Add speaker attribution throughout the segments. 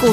Speaker 1: 股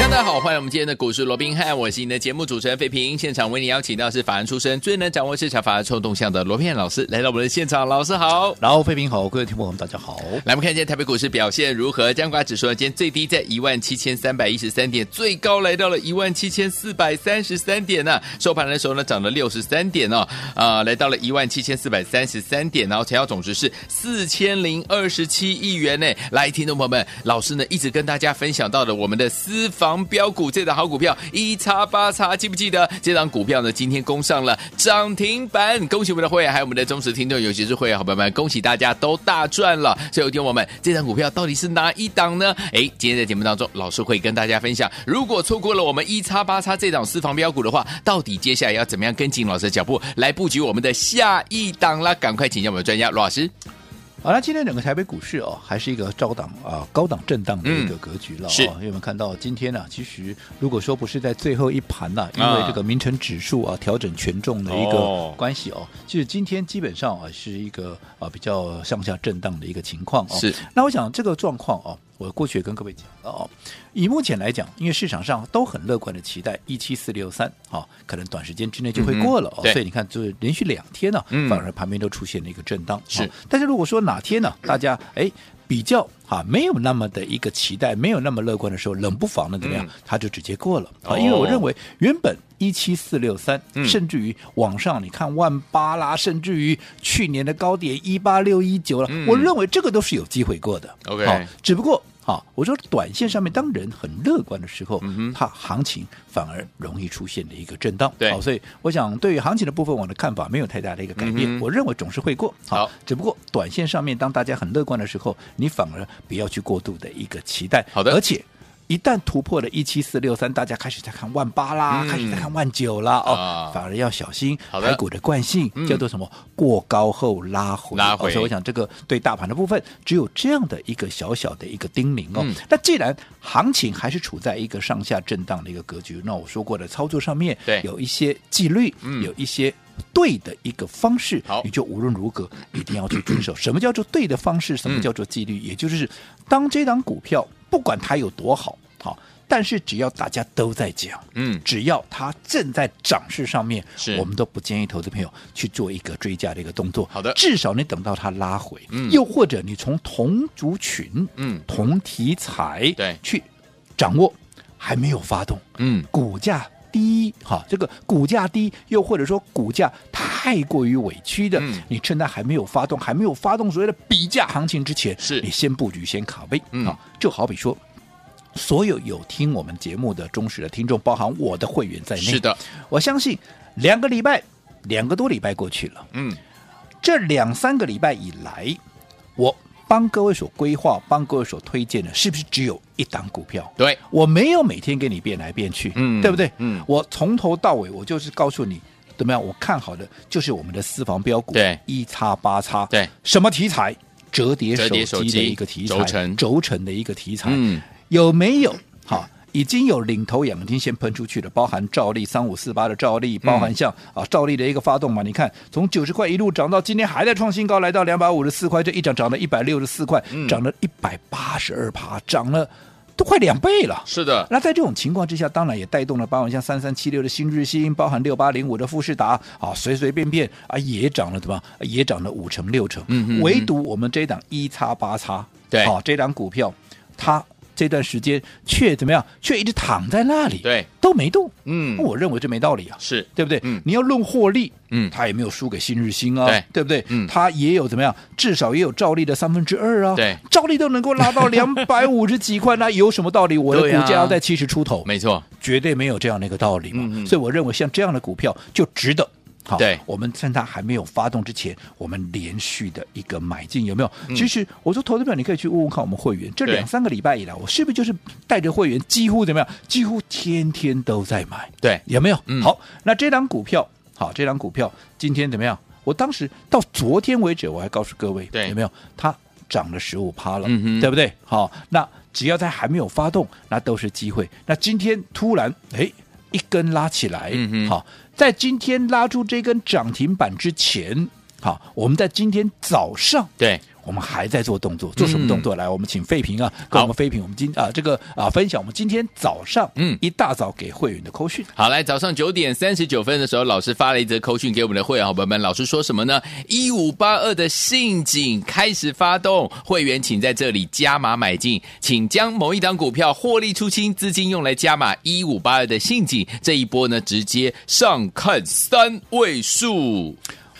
Speaker 2: 大家好，欢迎我们今天的股市罗宾汉，我是你的节目主持人费平。现场为你邀请到是法案出身、最能掌握市场法案臭动向的罗宾汉老师来到我们的现场，老师好。
Speaker 3: 然后，费平好，各位听众朋友们，大家好。
Speaker 2: 来，我们看今天台北股市表现如何？加权指数呢，今天最低在一万七千三百一十三点，最高来到了一万七千四百三十三点呢、啊收盘的时候呢，涨了六十三点哦，啊、来到了一万七千四百三十三点，然后成交总值是四千零二十七亿元呢。来，听众朋友们，老师呢一直跟大家分享到的我们的私房标股这档好股票一叉八叉，记不记得？这档股票呢今天攻上了涨停板，恭喜我们的会员，还有我们的忠实听众，尤其是会员好朋友们，恭喜大家都大赚了。所以，有听我们这档股票到底是哪一档呢？哎，今天在节目当中，老师会跟大家分享，如果错过了我们一叉八叉这档私房标股的话，到底接下来要怎么样跟紧老师的脚步来布局我们的下一档啦？赶快请教我们的专家罗老师。
Speaker 3: 好了，那今天整个台北股市哦，还是一个高档啊、高档震荡的一个格局了、哦。
Speaker 2: 是
Speaker 3: 因为我们看到今天呢、啊其实如果说不是在最后一盘呐、因
Speaker 2: 啊
Speaker 3: 为这个名城指数啊调整权重的一
Speaker 2: 哦
Speaker 3: 个关系哦，其实今天基本上啊是一个啊比较上下震荡的一个情况哦。
Speaker 2: 是，
Speaker 3: 那我想这个状况哦，我过去也跟各位讲了哦，以目前来讲，因为市场上都很乐观的期待一七四六三，好，可能短时间之内就会过了
Speaker 2: 嗯
Speaker 3: 哦，
Speaker 2: 对
Speaker 3: 所以你看，就是连续两天呢、
Speaker 2: 嗯
Speaker 3: 反而盘面都出现了一个震荡。
Speaker 2: 是
Speaker 3: 哦但是如果说哪天呢、大家哎比较啊没有那么的一个期待，没有那么乐观的时候，冷不防的怎么样，
Speaker 2: 嗯
Speaker 3: 它就直接过了啊、
Speaker 2: 哦
Speaker 3: 因为我认为原本。一七四六三
Speaker 2: 嗯，
Speaker 3: 甚至于往上，你看万八啦，甚至于去年的高点一八六一九了
Speaker 2: 嗯，
Speaker 3: 我认为这个都是有机会过的。
Speaker 2: OK
Speaker 3: 好只不过啊，我说短线上面，当人很乐观的时候，
Speaker 2: 嗯哼
Speaker 3: 它行情反而容易出现的一个震荡。
Speaker 2: 对
Speaker 3: 好所以我想对于行情的部分，我的看法没有太大的一个改变。
Speaker 2: 嗯哼
Speaker 3: 我认为总是会过。
Speaker 2: 好
Speaker 3: 只不过短线上面，当大家很乐观的时候，你反而不要去过度的一个期待。
Speaker 2: 好的
Speaker 3: 而且。一旦突破了一七四六三，大家开始在看万八啦，
Speaker 2: 嗯
Speaker 3: 开始在看万九啦，哦，
Speaker 2: 啊
Speaker 3: 反而要小心
Speaker 2: 好的
Speaker 3: 台股的惯性、
Speaker 2: 嗯
Speaker 3: 叫做什么？过高后拉回。
Speaker 2: 拉回
Speaker 3: 哦所以我想这个对大盘的部分，只有这样的一个小小的一个叮咛哦。
Speaker 2: 嗯
Speaker 3: 那既然行情还是处在一个上下震荡的一个格局，那我说过的操作上面，
Speaker 2: 对
Speaker 3: 有一些纪律，
Speaker 2: 嗯
Speaker 3: 有一些。对的一个方式
Speaker 2: 好，
Speaker 3: 你就无论如 何一定要去遵守。什么叫做对的方式？
Speaker 2: 嗯
Speaker 3: 什么叫做纪律？也就是，当这档股票不管它有多好，好，但是只要大家都在讲，
Speaker 2: 嗯
Speaker 3: 只要它正在涨势上面
Speaker 2: 是，
Speaker 3: 我们都不建议投资朋友去做一个追加的一个动作。
Speaker 2: 好的
Speaker 3: 至少你等到它拉回，
Speaker 2: 嗯
Speaker 3: 又或者你从同族群、
Speaker 2: 嗯
Speaker 3: 同题材
Speaker 2: 对
Speaker 3: 去掌握，还没有发动，
Speaker 2: 嗯，
Speaker 3: 股价低哈，这个股价低，又或者说股价太过于委屈的，
Speaker 2: 嗯
Speaker 3: 你趁它还没有发动，还没有发动所谓的比价行情之前，
Speaker 2: 是
Speaker 3: 你先布局，先卡位啊、
Speaker 2: 嗯
Speaker 3: 就好比说。所有有听我们节目的忠实的听众，包含我的会员在内，
Speaker 2: 是，的，
Speaker 3: 我相信两个礼拜、两个多礼拜过去了，
Speaker 2: 嗯，
Speaker 3: 这两三个礼拜以来，我帮各位所规划、帮各位所推荐的，是不是只有一档股票？
Speaker 2: 对，
Speaker 3: 我没有每天给你变来变去，
Speaker 2: 嗯
Speaker 3: 对不对？
Speaker 2: 嗯
Speaker 3: 我从头到尾，我就是告诉你怎么样，我看好的就是我们的私房标股，
Speaker 2: 对
Speaker 3: 一叉八叉，
Speaker 2: 对，
Speaker 3: 什么题材？折叠
Speaker 2: 折叠手
Speaker 3: 手机的
Speaker 2: 机
Speaker 3: 一个题材，
Speaker 2: 轴承
Speaker 3: 轴承的一个题材，
Speaker 2: 嗯，
Speaker 3: 有没有？好。已经有领头羊已经先喷出去了，包含兆利三五四八的兆利，包含
Speaker 2: 嗯
Speaker 3: 像、啊兆利的一个发动嘛，你看从九十块一路涨到今天还在创新高，来到两百五十四块，这一涨涨了一百六十四块，
Speaker 2: 嗯
Speaker 3: 涨了一百八十二趴，涨了都快两倍了。
Speaker 2: 是的，
Speaker 3: 那在这种情况之下，当然也带动了包含像三三七六的新日新，包含六八零五的富士达啊，随随便便啊也涨了，对吧？也涨了五成六成。
Speaker 2: 嗯哼嗯哼
Speaker 3: 唯独我们这一档一叉八叉，
Speaker 2: 对
Speaker 3: 好、这档股票它这段时间却怎么样？却一直躺在那里，
Speaker 2: 对，
Speaker 3: 都没动。
Speaker 2: 嗯
Speaker 3: 我认为这没道理啊。
Speaker 2: 是，
Speaker 3: 对不对？
Speaker 2: 嗯
Speaker 3: 你要论获利，
Speaker 2: 嗯
Speaker 3: 它也没有输给新日新啊，
Speaker 2: 对
Speaker 3: 不对？
Speaker 2: 嗯
Speaker 3: 它也有怎么样？至少也有照例的三分之二啊，
Speaker 2: 对，
Speaker 3: 照例都能够 拉到两百五十几块，那有什么道理？我的
Speaker 2: 对
Speaker 3: 股
Speaker 2: 啊
Speaker 3: 价要在七十出头，
Speaker 2: 没错，
Speaker 3: 绝对没有这样的一个道理嘛。
Speaker 2: 嗯嗯
Speaker 3: 所以我认为像这样的股票就值得。好，
Speaker 2: 对
Speaker 3: 我们趁它还没有发动之前，我们连续的一个买进有没有？其实我说投资票，你可以去问问看我们会员，
Speaker 2: 嗯
Speaker 3: 这
Speaker 2: 对
Speaker 3: 两三个礼拜以来，我是不是就是带着会员几乎怎么样？几乎天天都在买。
Speaker 2: 对，
Speaker 3: 有没有？
Speaker 2: 嗯
Speaker 3: 好，那这档股票，好，这档股票今天怎么样？我当时到昨天为止，我还告诉各位，
Speaker 2: 对
Speaker 3: 有没有它涨了十五趴了，
Speaker 2: 嗯哼
Speaker 3: 对不对？好，那只要它还没有发动，那都是机会。那今天突然哎一根拉起来，
Speaker 2: 嗯哼
Speaker 3: 好，在今天拉出这根涨停板之前，好，我们在今天早上
Speaker 2: 对，
Speaker 3: 我们还在做动作，
Speaker 2: 嗯
Speaker 3: 做什么动作？来，我们请费平啊，跟我们费平，我们今啊这个啊分享我们今天早上
Speaker 2: 嗯
Speaker 3: 一大早给会员的扣讯。
Speaker 2: 好，来早上九点三十九分的时候，老师发了一则扣讯给我们的会员好朋友们。老师说什么呢？一五八二的信锦开始发动，会员请在这里加码买进，请将某一档股票获利出清，资金用来加码一五八二的信锦。这一波呢，直接上看三位数。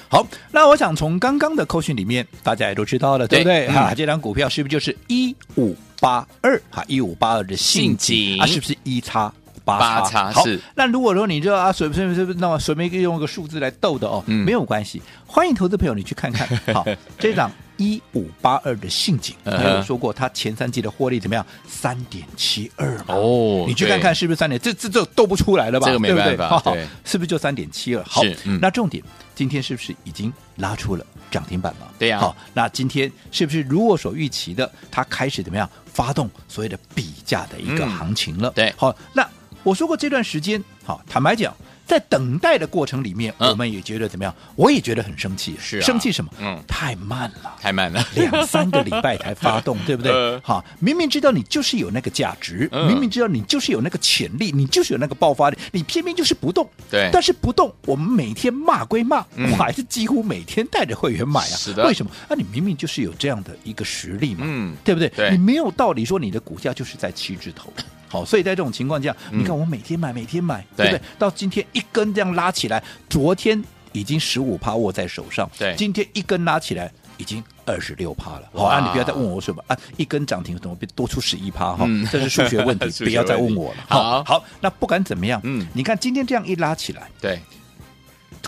Speaker 3: 好，那我想从刚刚的扣讯里面，大家也都知道了，对不
Speaker 2: 对
Speaker 3: 对？
Speaker 2: 嗯
Speaker 3: 哈，这张股票是不是就是一五八二？哈，一五八二的信
Speaker 2: 信
Speaker 3: 锦
Speaker 2: 锦
Speaker 3: 啊，是不是一叉？八
Speaker 2: 八叉
Speaker 3: 好
Speaker 2: 是，
Speaker 3: 那如果说你这啊随随便随便那么随便用一个数字来逗的哦，
Speaker 2: 嗯
Speaker 3: 没有关系，欢迎投资朋友你去看 看。好，这张一五八二的信锦，
Speaker 2: 嗯哼
Speaker 3: 还有说过它前三季的获利怎么样？三点七二
Speaker 2: 哦
Speaker 3: 你去看看是不是三点？这这这逗不出来了吧？
Speaker 2: 这个没
Speaker 3: 对不对
Speaker 2: 办法
Speaker 3: 好
Speaker 2: 对
Speaker 3: 是不是就三点七二？好
Speaker 2: 是，嗯
Speaker 3: 那重点，今天是不是已经拉出了涨停板了？
Speaker 2: 对呀
Speaker 3: 好，那今天是不是如我所预期的，它开始怎么样发动所谓的比价的一个
Speaker 2: 嗯
Speaker 3: 行情了？
Speaker 2: 对
Speaker 3: 好，那我说过这段时间，好，坦白讲。在等待的过程里面，
Speaker 2: 嗯
Speaker 3: 我们也觉得怎么样？我也觉得很生气，
Speaker 2: 是啊
Speaker 3: 生气什么？
Speaker 2: 嗯
Speaker 3: 太慢了。
Speaker 2: 太慢了，
Speaker 3: 两三个礼拜才发动，对不 对
Speaker 2: 呃？
Speaker 3: 好，明明知道你就是有那个价值，
Speaker 2: 嗯
Speaker 3: 明明知道你就是有那个潜力，你就是有那个爆发力，你偏偏就是不动。
Speaker 2: 对
Speaker 3: 但是不动，我们每天骂归骂，
Speaker 2: 嗯
Speaker 3: 我还是几乎每天带着会员买啊。
Speaker 2: 是的
Speaker 3: 为什么？那、你明明就是有这样的一个实力嘛，
Speaker 2: 嗯
Speaker 3: 对不对？
Speaker 2: 对
Speaker 3: 你没有道理说你的股价就是在七字头。好，所以在这种情况下，你看我每天买，每天买，
Speaker 2: 嗯对
Speaker 3: 对不对？到今天一根这样拉起来，昨天已经十五趴握在手上，
Speaker 2: 对
Speaker 3: 今天一根拉起来已经二十六趴了。好
Speaker 2: 哇
Speaker 3: 啊，你不要再问我什么啊，一根涨停怎么变多出十一趴哈
Speaker 2: 嗯？
Speaker 3: 这是数学问题，
Speaker 2: 数学
Speaker 3: 不要再
Speaker 2: 问
Speaker 3: 问
Speaker 2: 题
Speaker 3: 我了。
Speaker 2: 好
Speaker 3: 好，那不管怎么样，
Speaker 2: 嗯
Speaker 3: 嗯，你看今天这样一拉起来，
Speaker 2: 对，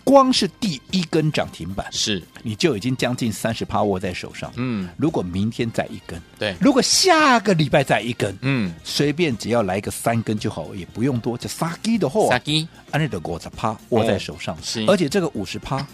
Speaker 3: 光是第一根涨停板，
Speaker 2: 是，
Speaker 3: 你就已经将近三十趴握在手上。
Speaker 2: 嗯，
Speaker 3: 如果明天再一根，
Speaker 2: 对，
Speaker 3: 如果下个礼拜再一根，
Speaker 2: 嗯，
Speaker 3: 随便只要来个三根就好，也不用多，就撒基的货啊
Speaker 2: 萨，基，
Speaker 3: 安利的果子趴握在手上，
Speaker 2: 哦是
Speaker 3: 而且这个五十趴。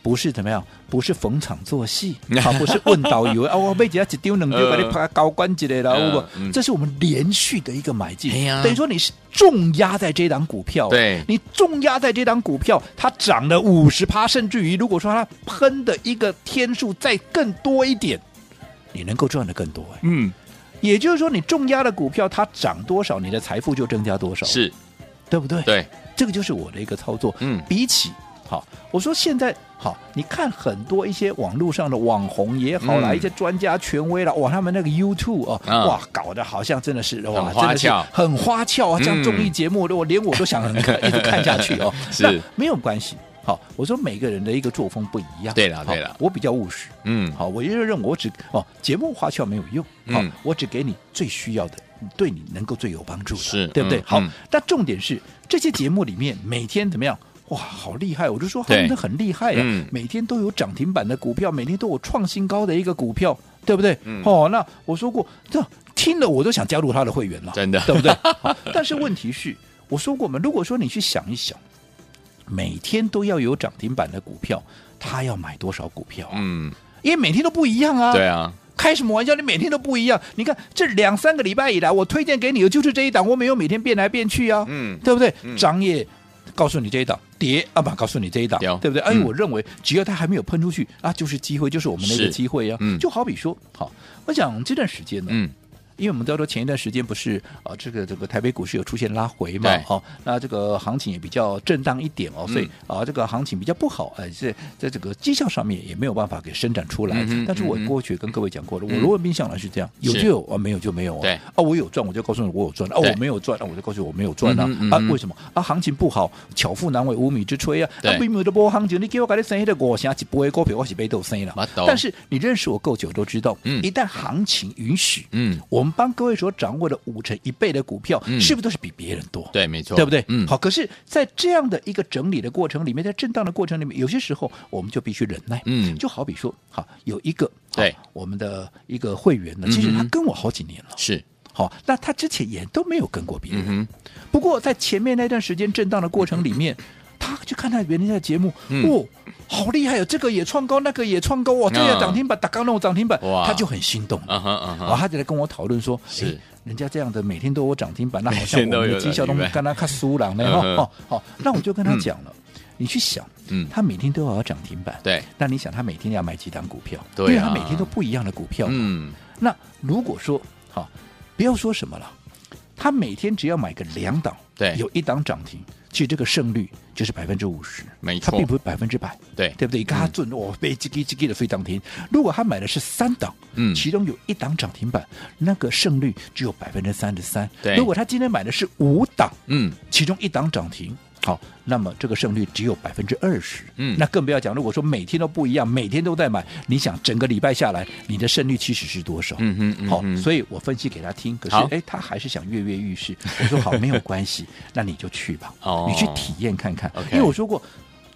Speaker 3: 不是怎么样，不是逢场作戏，啊，不是问导游啊，我被人家一丢两丢，
Speaker 2: 呃
Speaker 3: 把你拍高关之类的，
Speaker 2: 嗯
Speaker 3: 有不
Speaker 2: 嗯
Speaker 3: 这是我们连续的一个买
Speaker 2: 哎
Speaker 3: 进
Speaker 2: 呀，
Speaker 3: 等于说你是重压在这档股票，
Speaker 2: 对
Speaker 3: 你重压在这档股票，它涨了五十趴，甚至于如果说它喷的一个天数再更多一点，你能够赚的更多、哎
Speaker 2: 嗯，
Speaker 3: 也就是说，你重压的股票它涨多少，你的财富就增加多少，
Speaker 2: 是，
Speaker 3: 对不对？
Speaker 2: 对，
Speaker 3: 这个就是我的一个操作。
Speaker 2: 嗯
Speaker 3: 比起好，我说现在好，你看很多一些网络上的网红也好啦，
Speaker 2: 嗯
Speaker 3: 一些专家权威啦，哇，他们那个 YouTube 哦，
Speaker 2: 嗯
Speaker 3: 哇，搞得好像真的是哇，
Speaker 2: 很花
Speaker 3: 真的是
Speaker 2: 俏
Speaker 3: 很花俏啊，像
Speaker 2: 嗯
Speaker 3: 综艺节目，我连我都想 很一直看下去哦。
Speaker 2: 是
Speaker 3: 那没有关系。好，我说每个人的一个作风不一样。
Speaker 2: 对啦
Speaker 3: 好
Speaker 2: 对啦
Speaker 3: 我比较务实。
Speaker 2: 嗯，
Speaker 3: 好，我就认为我只哦，节目花俏没有用，好、
Speaker 2: 嗯
Speaker 3: 我只给你最需要的，对你能够最有帮助的，
Speaker 2: 是
Speaker 3: 对不对？
Speaker 2: 嗯
Speaker 3: 好
Speaker 2: 嗯，
Speaker 3: 但重点是这些节目里面每天怎么样？哇，好厉害！我就说他
Speaker 2: 对
Speaker 3: 们很厉害呀、
Speaker 2: 嗯
Speaker 3: 每天都有涨停板的股票，每天都有创新高的一个股票，对不对？
Speaker 2: 嗯
Speaker 3: 哦，那我说过，这听了我都想加入他的会员了，
Speaker 2: 真的
Speaker 3: 对不对？好但是问题是，我说过嘛，如果说你去想一想，每天都要有涨停板的股票，他要买多少股票啊？
Speaker 2: 嗯，
Speaker 3: 因为每天都不一样啊。
Speaker 2: 对啊，
Speaker 3: 开什么玩笑？你每天都不一样。你看这两三个礼拜以来，我推荐给你的就是这一档，我没有每天变来变去啊，
Speaker 2: 嗯，
Speaker 3: 对不对？
Speaker 2: 嗯
Speaker 3: 涨也告诉你这一档，跌啊不，告诉你这一档
Speaker 2: 有，
Speaker 3: 对不对？哎，
Speaker 2: 嗯
Speaker 3: 我认为只要它还没有喷出去啊，就是机会，就是我们的一个
Speaker 2: 是
Speaker 3: 机会呀、啊。
Speaker 2: 嗯
Speaker 3: 就好比说，好，我想这段时间呢，
Speaker 2: 嗯，
Speaker 3: 因为我们都知道前一段时间不是啊、呃这个这个台北股市有出现拉回嘛
Speaker 2: 对，
Speaker 3: 哦，那这个行情也比较震荡一点哦，
Speaker 2: 嗯
Speaker 3: 所以啊、这个行情比较不好，哎、这在这个绩效上面也没有办法给伸展出来。
Speaker 2: 嗯哼
Speaker 3: 但是我
Speaker 2: 嗯哼
Speaker 3: 过去也跟各位讲过了，
Speaker 2: 嗯
Speaker 3: 我罗文斌向来是这样，有
Speaker 2: 是
Speaker 3: 就有啊，没有就没有啊。
Speaker 2: 对
Speaker 3: 啊，我有赚我就告诉你我有赚，啊，
Speaker 2: 对
Speaker 3: 我没有赚，啊，我就告诉你我没有赚啊。
Speaker 2: 嗯哼嗯哼
Speaker 3: 啊，为什么啊？行情不好，巧妇难为无米之炊啊。
Speaker 2: 对
Speaker 3: 啊，并没有这波行情，你给我给你生一个我想起不会股票，我是被豆生了
Speaker 2: 我懂。
Speaker 3: 但是你认识我够久都知道，
Speaker 2: 嗯
Speaker 3: 一旦行情允许，
Speaker 2: 嗯，
Speaker 3: 我们帮各位所掌握的五成一倍的股票，
Speaker 2: 嗯
Speaker 3: 是不是都是比别人多？
Speaker 2: 对，没错，
Speaker 3: 对不对？
Speaker 2: 嗯，
Speaker 3: 好，可是，在这样的一个整理的过程里面，在震荡的过程里面，有些时候我们就必须忍耐。
Speaker 2: 嗯
Speaker 3: 就好比说，好有一个好
Speaker 2: 对
Speaker 3: 我们的一个会员呢，其实
Speaker 2: 嗯
Speaker 3: 他
Speaker 2: 哼
Speaker 3: 跟我好几年了，
Speaker 2: 是，
Speaker 3: 好，那他之前也都没有跟过别人。
Speaker 2: 嗯哼，
Speaker 3: 不过在前面那段时间震荡的过程里面，他去看看别人家的节目，
Speaker 2: 嗯
Speaker 3: 哦，好厉害哦，这个也创高，那个也创高哦，这
Speaker 2: 嗯
Speaker 3: 个涨停板，打刚弄涨停板
Speaker 2: 哇，
Speaker 3: 他就很心动。
Speaker 2: 啊哈啊
Speaker 3: 然后
Speaker 2: 哈，
Speaker 3: 哦他就来跟我讨论说，
Speaker 2: 是
Speaker 3: 诶人家这样的每天都有涨停板，那好像
Speaker 2: 每天
Speaker 3: 我
Speaker 2: 都有
Speaker 3: 们的绩效都
Speaker 2: 涨停板
Speaker 3: 跟他看输了呢。
Speaker 2: 嗯哼
Speaker 3: 哦哦，好，那我就跟他讲了，你去想，
Speaker 2: 嗯
Speaker 3: 他每天都要有涨停板，
Speaker 2: 对，
Speaker 3: 那你想他每天要买几档股票？
Speaker 2: 对啊
Speaker 3: 因为他每天都不一样的股票。
Speaker 2: 嗯，
Speaker 3: 那如果说好、不要说什么了，他每天只要买个两档，
Speaker 2: 对
Speaker 3: 有一档涨停，其实这个胜率就是百分之五十，
Speaker 2: 没错嗯
Speaker 3: 它并不是百分之百，
Speaker 2: 对
Speaker 3: 对不对？他准哦，被叽叽叽叽的飞涨停。如果他买的是三档，
Speaker 2: 嗯
Speaker 3: 其中有一档涨停板，那个胜率只有百分之三十三。
Speaker 2: 对
Speaker 3: 如果他今天买的是五档，
Speaker 2: 嗯，
Speaker 3: 其中一档涨停。好，那么这个胜率只有百分之二十，
Speaker 2: 嗯
Speaker 3: 那更不要讲。如果说每天都不一样，每天都在买，你想整个礼拜下来，你的胜率其实是多少？
Speaker 2: 嗯哼嗯
Speaker 3: 好
Speaker 2: 哼，
Speaker 3: 所以我分析给他听，可是
Speaker 2: 好
Speaker 3: 哎，他还是想跃跃欲试。我说好，没有 关系，那你就去吧，
Speaker 2: 哦
Speaker 3: 你去体验看看
Speaker 2: OK。
Speaker 3: 因为我说过，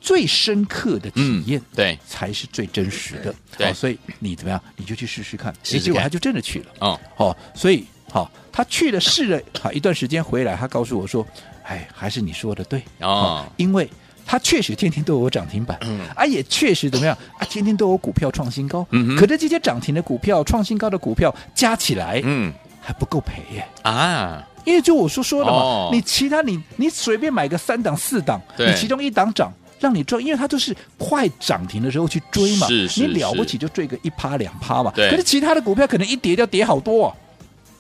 Speaker 3: 最深刻的体验，
Speaker 2: 嗯对
Speaker 3: 才是最真实的。哦
Speaker 2: 对
Speaker 3: 好所以你怎么样，你就去试试看。
Speaker 2: 试试
Speaker 3: 哎结果
Speaker 2: 看
Speaker 3: 他就真的去了。
Speaker 2: 哦，
Speaker 3: 哦，所以好、他去了试了好一段时间回来，他告诉我说，哎，还是你说的对
Speaker 2: 哦
Speaker 3: 因为。他确实天天都有涨停板，啊，也确实怎么样啊，天天都有股票创新高。
Speaker 2: 嗯哼
Speaker 3: 可是这些涨停的股票、创新高的股票加起来
Speaker 2: 嗯
Speaker 3: 还不够赔耶，
Speaker 2: 啊，
Speaker 3: 因为就我所说的嘛，
Speaker 2: 哦
Speaker 3: 你其他你你随便买个三档四档，
Speaker 2: 对
Speaker 3: 你其中一档涨。让你赚，因为它就是快涨停的时候去追嘛，
Speaker 2: 是是
Speaker 3: 你了不起就追个一趴两趴嘛。
Speaker 2: 对
Speaker 3: 可是其他的股票可能一跌就跌好多、啊，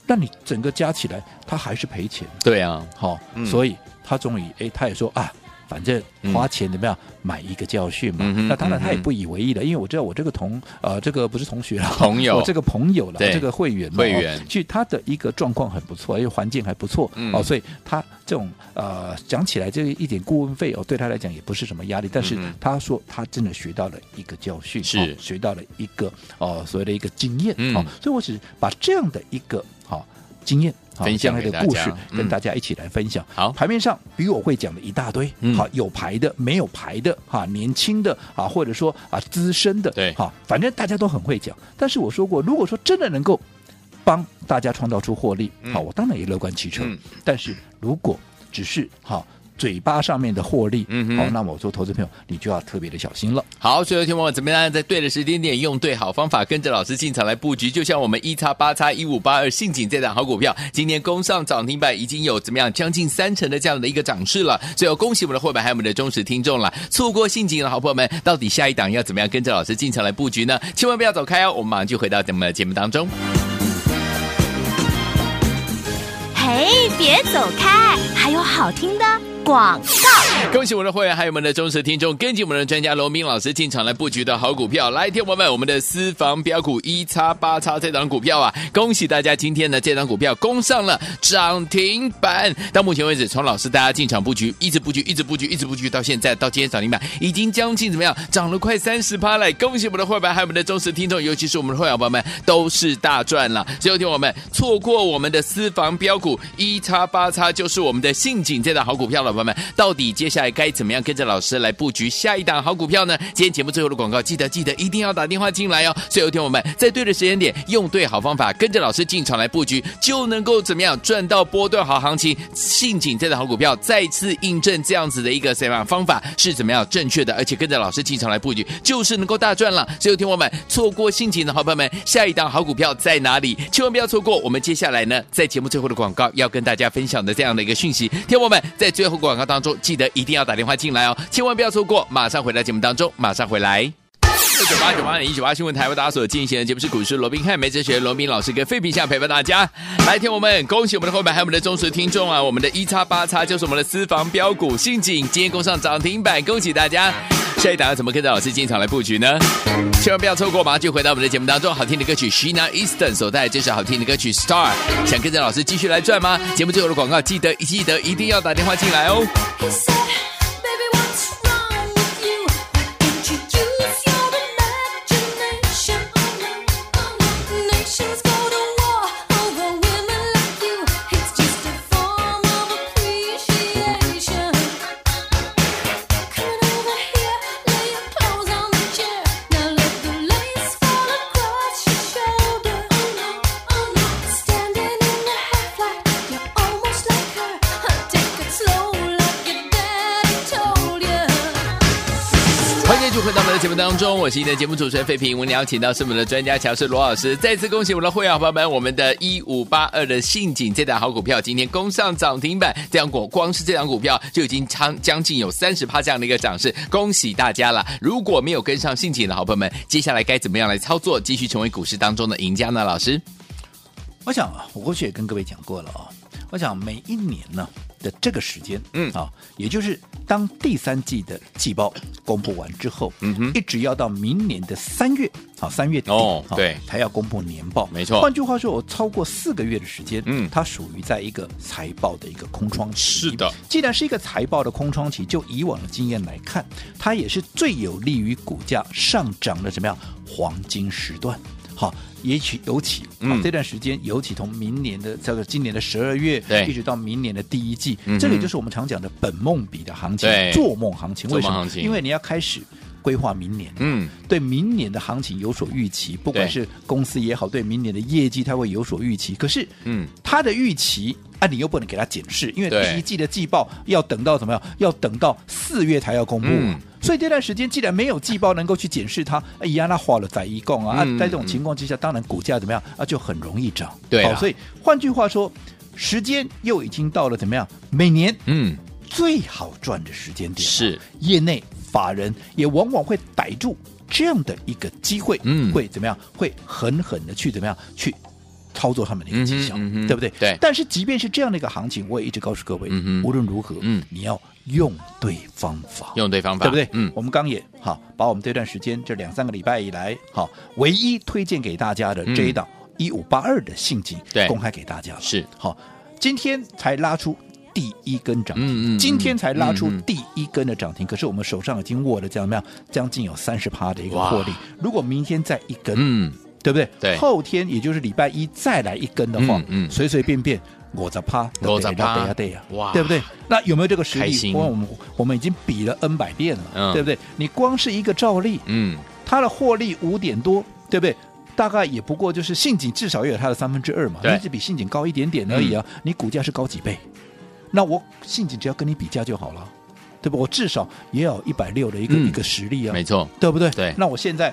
Speaker 3: 那你整个加起来它还是赔钱。
Speaker 2: 对啊，
Speaker 3: 好、
Speaker 2: 嗯
Speaker 3: 所以他终于哎，他也说啊，反正花钱怎么样、买一个教训嘛。
Speaker 2: 嗯哼
Speaker 3: 那当然他也
Speaker 2: 嗯哼
Speaker 3: 不以为意了，因为我知道我这个同呃这个不是同学了，
Speaker 2: 朋友
Speaker 3: 我这个朋友了，
Speaker 2: 对
Speaker 3: 这个会员嘛
Speaker 2: 会员
Speaker 3: 哦去他的一个状况很不错，因为环境还不错、
Speaker 2: 嗯
Speaker 3: 哦，所以他这种呃讲起来这一点顾问费哦，对他来讲也不是什么压力，但是
Speaker 2: 嗯哼
Speaker 3: 他说他真的学到了一个教训，
Speaker 2: 是
Speaker 3: 哦学到了一个哦所谓的一个经验、
Speaker 2: 嗯
Speaker 3: 哦，所以我只是把这样的一个好、哦经验。好
Speaker 2: 分享
Speaker 3: 这样
Speaker 2: 给
Speaker 3: 的一
Speaker 2: 大
Speaker 3: 个故
Speaker 2: 家
Speaker 3: 事
Speaker 2: 嗯
Speaker 3: 跟大家一起来分享。
Speaker 2: 好
Speaker 3: 盘面上比我会讲的一大堆
Speaker 2: 嗯，
Speaker 3: 好有牌的，没有牌的，哈，年轻的啊，或者说啊资深的，
Speaker 2: 对
Speaker 3: 好，反正大家都很会讲。但是我说过，如果说真的能够帮大家创造出获利，
Speaker 2: 嗯
Speaker 3: 好，我当然也乐观其成
Speaker 2: 嗯。
Speaker 3: 但是如果只是好嘴巴上面的获利
Speaker 2: 嗯哼，
Speaker 3: 好，那么我做投资朋友，你就要特别的小心了。
Speaker 2: 好，所有听众朋友怎么样在对的时间点用对好方法，跟着老师进场来布局？就像我们一叉八叉一五八二信锦这档好股票，今年攻上涨停板已经有怎么样将近三成的这样的一个涨势了。最后恭喜我们的会员还有我们的忠实听众了。错过信锦的好朋友们，到底下一档要怎么样跟着老师进场来布局呢？千万不要走开哦，我们马上就回到咱们的节目当中。
Speaker 1: 嘿，别走开，还有好听的广告。
Speaker 2: 恭喜我们的会员，还有我们的忠实听众，跟紧我们的专家罗明老师进场来布局的好股票。来，听我们，我们的私房标股一叉八叉这档股票啊，恭喜大家，今天呢这档股票攻上了涨停板。到目前为止，从老师大家进场布局，一直布局，一直布局，一直布局，到现在到今天涨停板，已经将近怎么样，涨了快三十趴了。恭喜我们的会员，还有我们的忠实听众，尤其是我们的会员朋友们，都是大赚了。所以，听我们错过我们的私房标股一叉八叉，就是我们的信锦这档好股票了，朋友们，到底接下来该怎么样跟着老师来布局下一档好股票呢？今天节目最后的广告，记得记得一定要打电话进来哦。所以，有天我们在对的时间点，用对好方法，跟着老师进场来布局，就能够怎么样赚到波段好行情。信锦这档好股票再次印证这样子的一个什么样方法是怎么样正确的，而且跟着老师进场来布局，就是能够大赚了。所以，有天我们错过信锦的好朋友们，下一档好股票在哪里？千万不要错过。我们接下来呢，在节目最后的广告要跟大家分享的这样的一个讯息，天友们在最后广告当中，记得一定要打电话进来哦，千万不要错过。马上回到节目当中，马上回来。六九八九八零一九八新闻台为大家所进行的节目是股市罗宾汉梅哲学罗宾老师跟费皮相陪伴大家。来，听我们恭喜我们的后面还有我们的忠实听众啊，我们的一叉八叉就是我们的私房标股信锦，今天攻上涨停板，恭喜大家！下一档要怎么跟着老师进场来布局呢？千万不要错过，马上就回到我们的节目当中。好听的歌曲 Shina Easton 所带来这首好听的歌曲 Star，想跟着老师继续来赚吗？节目最后的广告记得记得一定要打电话进来哦。
Speaker 4: He said, "Baby, what's wrong with you? Why can't you use your imagination? Nations go to war over women like you. It's just a form of appreciation. Come over here, lay your clothes on the chair. Now let the lace fall across your shoulder. Oh, Standing in the half light, you're almost like her. Take it slow, like your daddy.
Speaker 2: 续回到我们的节目当中，我是你的节目主持人费平。我们邀请到是我们的专家乔氏罗老师，再次恭喜我们的会员朋友们，我们的一五八二的信锦这档好股票今天攻上涨停板，这样股光是这档股票就已经将将近有三十趴这样的一个涨势，恭喜大家了！如果没有跟上信锦的好朋友们，接下来该怎么样来操作，继续成为股市当中的赢家呢？老师，
Speaker 3: 我想啊，我过去也跟各位讲过了啊、我想每一年呢的这个时间，
Speaker 2: 嗯
Speaker 3: 啊，也就是当第三季的季报公布完之后，
Speaker 2: 嗯哼
Speaker 3: 一直要到明年的三月，啊，三月底，
Speaker 2: 哦
Speaker 3: 啊
Speaker 2: 对
Speaker 3: 才要公布年报，
Speaker 2: 没错
Speaker 3: 换句话说，我超过四个月的时间，
Speaker 2: 嗯
Speaker 3: 它属于在一个财报的一个空窗期。
Speaker 2: 是的，
Speaker 3: 既然是一个财报的空窗期，就以往的经验来看，它也是最有利于股价上涨的怎么样黄金时段。好，也许尤其、
Speaker 2: 嗯
Speaker 3: 啊这段时间，尤其从明年的这个今年的十二月，
Speaker 2: 对
Speaker 3: 一直到明年的第一季，
Speaker 2: 嗯哼
Speaker 3: 这个就是我们常讲的本梦比的行情
Speaker 2: 对，
Speaker 3: 做梦行情。为什
Speaker 2: 做梦
Speaker 3: 么
Speaker 2: 行？情
Speaker 3: 因为你要开始规划明年了。
Speaker 2: 嗯，
Speaker 3: 对明年的行情有所预期，不管是公司也好，对明年的业绩它会有所预期。可是，
Speaker 2: 嗯，
Speaker 3: 它的预期啊，你又不能给它检视，因为
Speaker 2: 对
Speaker 3: 第一季的季报要等到怎么样？要等到四月才要公布啊、
Speaker 2: 嗯
Speaker 3: 所以这段时间既然没有季报能够去检视它，哎呀，那花了在一共啊，啊
Speaker 2: 嗯
Speaker 3: 在这种情况之下，当然股价怎么样啊，就很容易涨。
Speaker 2: 对啊
Speaker 3: 好，所以换句话说，时间又已经到了怎么样？每年
Speaker 2: 嗯，
Speaker 3: 最好赚的时间点了，啊
Speaker 2: 是
Speaker 3: 业内法人也往往会逮住这样的一个机会，
Speaker 2: 嗯
Speaker 3: 会怎么样？会狠狠的去怎么样去操作他们的一个绩效，
Speaker 2: 嗯哼嗯哼
Speaker 3: 对不对？
Speaker 2: 对
Speaker 3: 但是即便是这样的一个行情，我也一直告诉各位，
Speaker 2: 嗯哼
Speaker 3: 无论如何，
Speaker 2: 嗯
Speaker 3: 你要用对方法，
Speaker 2: 用对方法，
Speaker 3: 对不对？
Speaker 2: 嗯，
Speaker 3: 我们刚也好，把我们这段时间这两三个礼拜以来，好，唯一推荐给大家的这一档一五八二的信息，
Speaker 2: 嗯对
Speaker 3: 公开给大家了。
Speaker 2: 是
Speaker 3: 好，今天才拉出。第一根涨停，
Speaker 2: 嗯嗯嗯
Speaker 3: 今天才拉出
Speaker 2: 嗯嗯
Speaker 3: 第一根的涨停，可是我们手上已经握了这样怎么样，将近有三十趴的一个
Speaker 2: 哇
Speaker 3: 获利。如果明天再一根，
Speaker 2: 嗯，
Speaker 3: 对不对？
Speaker 2: 对
Speaker 3: 后天也就是礼拜一再来一根的话，
Speaker 2: 嗯嗯
Speaker 3: 随随便便我在趴，
Speaker 2: 50%
Speaker 3: 对呀对呀，
Speaker 2: 哇
Speaker 3: 对不对？那有没有这个实
Speaker 2: 开
Speaker 3: 力？
Speaker 2: 心
Speaker 3: 我我们我们已经比了 N 百遍了，
Speaker 2: 嗯
Speaker 3: 对不对？你光是一个照例，
Speaker 2: 嗯，
Speaker 3: 它的获利五点多，对不对？大概也不过就是信锦至少也有它的三分之二嘛，
Speaker 2: 对嗯
Speaker 3: 你只比信锦高一点点而已啊，你股价是高几倍？那我信锦只要跟你比价就好了，对不？我至少也要一百六的一个、
Speaker 2: 嗯
Speaker 3: 一个实力啊，
Speaker 2: 没错，
Speaker 3: 对不对？
Speaker 2: 对
Speaker 3: 那我现在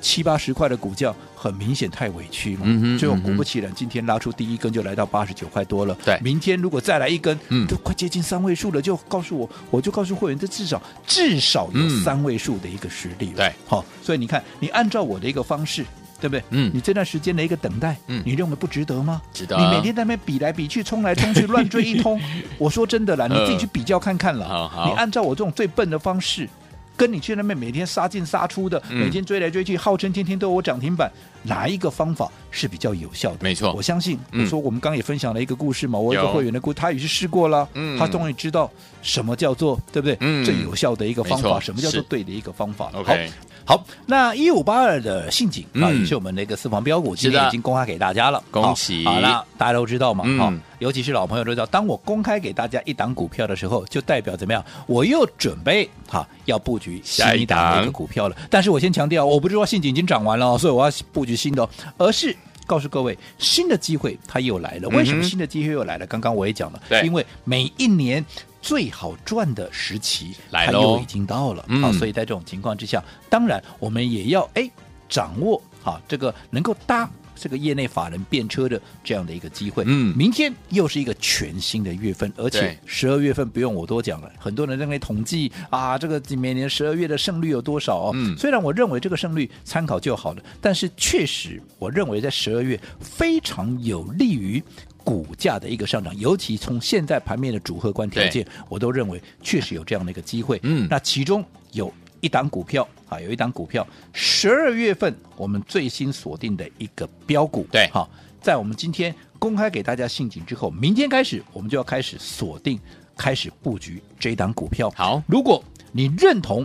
Speaker 3: 七八十块的股价，很明显太委屈嘛。
Speaker 2: 嗯哼
Speaker 3: 最后
Speaker 2: 嗯
Speaker 3: 果
Speaker 2: 哼
Speaker 3: 不其然，今天拉出第一根就来到八十九块多了。
Speaker 2: 对
Speaker 3: 明天如果再来一根，
Speaker 2: 嗯
Speaker 3: 都快接近三位数了，就告诉我，我就告诉会员，这至少至少有
Speaker 2: 嗯
Speaker 3: 三位数的一个实力了。
Speaker 2: 对
Speaker 3: 好，所以你看，你按照我的一个方式。对不对？
Speaker 2: 嗯
Speaker 3: 你这段时间的一个等待，
Speaker 2: 嗯
Speaker 3: 你认为不值得吗？
Speaker 2: 值得啊
Speaker 3: 你每天在那边比来比去，冲来 冲去，乱追一通。我说真的啦，你自己去比较看看啦。
Speaker 2: 好好
Speaker 3: 你按照我这种最笨的方式，跟你去那边每天杀进杀出的，
Speaker 2: 嗯
Speaker 3: 每天追来追去，号称天天都有涨停板，哪一个方法是比较有效的？
Speaker 2: 没错
Speaker 3: 我相信
Speaker 2: 嗯
Speaker 3: 我说我们刚刚也分享了一个故事嘛，我有一
Speaker 2: 有
Speaker 3: 个会员的故，他也是试过了
Speaker 2: 嗯，
Speaker 3: 他终于知道什么叫做对不对
Speaker 2: 嗯？
Speaker 3: 最有效的一个方
Speaker 2: 没
Speaker 3: 法，
Speaker 2: 错
Speaker 3: 什么叫做
Speaker 2: 是
Speaker 3: 对的一个方法了。好
Speaker 2: OK，
Speaker 3: 好，那一五八二的信锦啊，
Speaker 2: 嗯
Speaker 3: 也是我们的一个私房标股，
Speaker 2: 是
Speaker 3: 今天
Speaker 2: 的
Speaker 3: 已经公开给大家了，
Speaker 2: 恭喜
Speaker 3: 好好那大家都知道嘛，
Speaker 2: 嗯
Speaker 3: 好，尤其是老朋友都知道，当我公开给大家一档股票的时候，就代表怎么样？我又准备哈要布局新
Speaker 2: 下一
Speaker 3: 一档的一
Speaker 2: 档
Speaker 3: 个股票了。但是我先强调，我不是说信锦已经涨完了哦，所以我要布局新的哦，而是。告诉各位，新的机会它又来了。为什
Speaker 2: 嗯
Speaker 3: 么
Speaker 2: 哼
Speaker 3: 新的机会又来了？刚刚我也讲了，
Speaker 2: 对
Speaker 3: 因为每一年最好赚的时期
Speaker 2: 来
Speaker 3: 它
Speaker 2: 喽
Speaker 3: 又已经到了。
Speaker 2: 嗯
Speaker 3: 好，所以在这种情况之下，当然我们也要哎掌握好这个能够搭。这个业内法人变车的这样的一个机会，
Speaker 2: 嗯
Speaker 3: 明天又是一个全新的月份，而
Speaker 2: 对
Speaker 3: 且十二月份不用我多讲了，很多人认为统计啊，这个每年十二月的胜率有多少哦？
Speaker 2: 嗯
Speaker 3: 虽然我认为这个胜率参考就好了，但是确实我认为在十二月非常有利于。股价的一个上涨，尤其从现在盘面的主客观条件，我都认为确实有这样的一个机会。
Speaker 2: 嗯
Speaker 3: 那其中有一档股票啊，有一档股票，十二月份我们最新锁定的一个标股，
Speaker 2: 对
Speaker 3: 好，在我们今天公开给大家信警之后，明天开始我们就要开始锁定，开始布局这一档股票。
Speaker 2: 好
Speaker 3: 如果你认同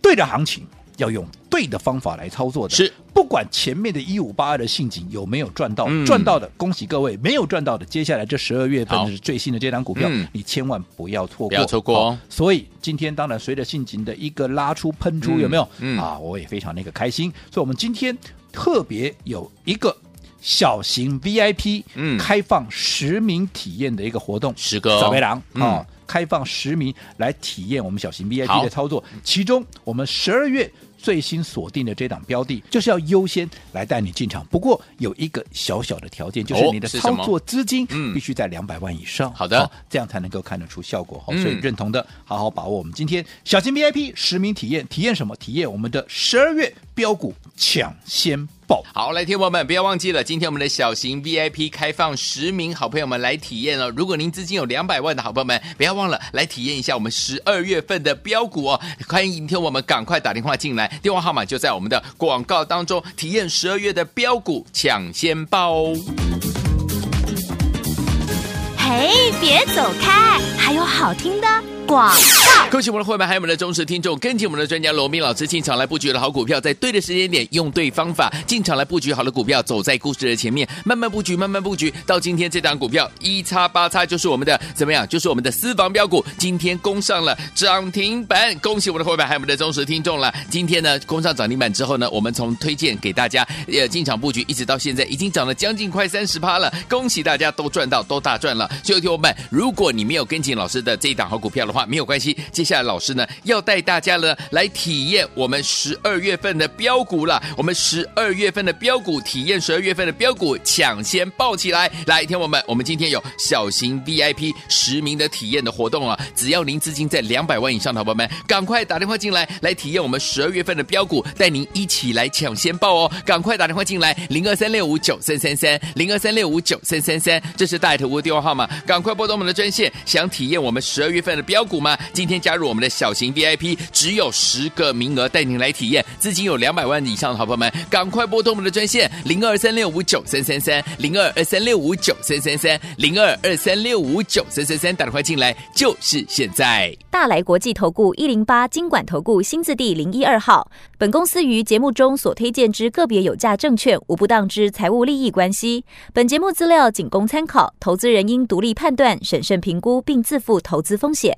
Speaker 3: 对的行情，要用对的方法来操作的，
Speaker 2: 是
Speaker 3: 不管前面的一五八二的信警有没有赚到，
Speaker 2: 嗯
Speaker 3: 赚到的恭喜各位，没有赚到的，接下来这十二月
Speaker 2: 好
Speaker 3: 份是最新的这档股票，
Speaker 2: 嗯
Speaker 3: 你千万不要错过，
Speaker 2: 不要错过哦
Speaker 3: 好所以今天当然随着信锦的一个拉出喷出，
Speaker 2: 嗯
Speaker 3: 有没有？
Speaker 2: 嗯
Speaker 3: 啊，我也非常那个开心。所以我们今天特别有一个小型 VIP
Speaker 2: 嗯
Speaker 3: 开放实名体验的一个活动，
Speaker 2: 十个哦
Speaker 3: 小白狼
Speaker 2: 嗯
Speaker 3: 啊，开放十名来体验我们小型 VIP
Speaker 2: 好
Speaker 3: 的操作。其中我们十二月最新锁定的这档标的，就是要优先来带你进场。不过有一个小小的条件，就是
Speaker 2: 哦
Speaker 3: 你的
Speaker 2: 是什
Speaker 3: 操
Speaker 2: 么
Speaker 3: 作资金
Speaker 2: 嗯
Speaker 3: 必须在两百万以上。
Speaker 2: 好的
Speaker 3: 这样才能够看得出效果。好
Speaker 2: 嗯
Speaker 3: 所以认同的，好好把握我们今天小型 VIP 实名体验，体验什么？体验我们的十二月标股抢先报。
Speaker 2: 好，来，听众朋友们，不要忘记了，今天我们的小型 VIP 开放十名好朋友们来体验哦。如果您资金有两百万的好朋友们，不要忘了来体验一下我们十二月份的标股哦。欢迎听我们赶快打电话进来，电话号码就在我们的广告当中。体验十二月的标股抢先报哦。
Speaker 1: 嘿，别走开，还有好听的广。
Speaker 2: 恭喜我们的会员，还有我们的忠实听众，跟紧我们的专家罗明老师进场来布局的好股票，在对的时间点，用对方法进场来布局好的股票，走在故事的前面，慢慢布局，慢慢布局，到今天这档股票一叉八叉就是我们的怎么样？就是我们的私房标股，今天攻上了涨停板，恭喜我们的会员，还有我们的忠实听众了。今天呢，攻上涨停板之后呢，我们从推荐给大家呃进场布局，一直到现在已经涨了将近快三十趴了，恭喜大家都赚到，都大赚了。所以，听我们，如果你没有跟紧老师的这一档好股票的话，没有关系，接下来老师呢要带大家呢来体验我们十二月份的标股了。我们十二月份的标股体验，十二月份的标股抢先抱起来。来，听我们，我们今天有小型 VIP 实名的体验的活动啊，只要您资金在两百万以上的好朋友们，赶快打电话进来来体验我们十二月份的标股，带您一起来抢先报哦！赶快打电话进来，零二三六五九三三三，零二三六五九三三三，这是大爱投资的电话号码，赶快拨通我们的专线。想体验我们十二月份的标股吗？今天加入我们的小型 VIP，只有十个名额带您来体验，资金有两百万以上的好朋友们，赶快拨通我们的专线零二三六五九三三三，零二二三六五九三三三，零二二三六五九三三三，打电话进来就是现在。
Speaker 5: 大来国际投顾一零八金管投顾新字第零一二号。本公司于节目中所推荐之个别有价证券，无不当之财务利益关系。本节目资料仅供参考，投资人应独立判断、审慎评估，并自负投资风险。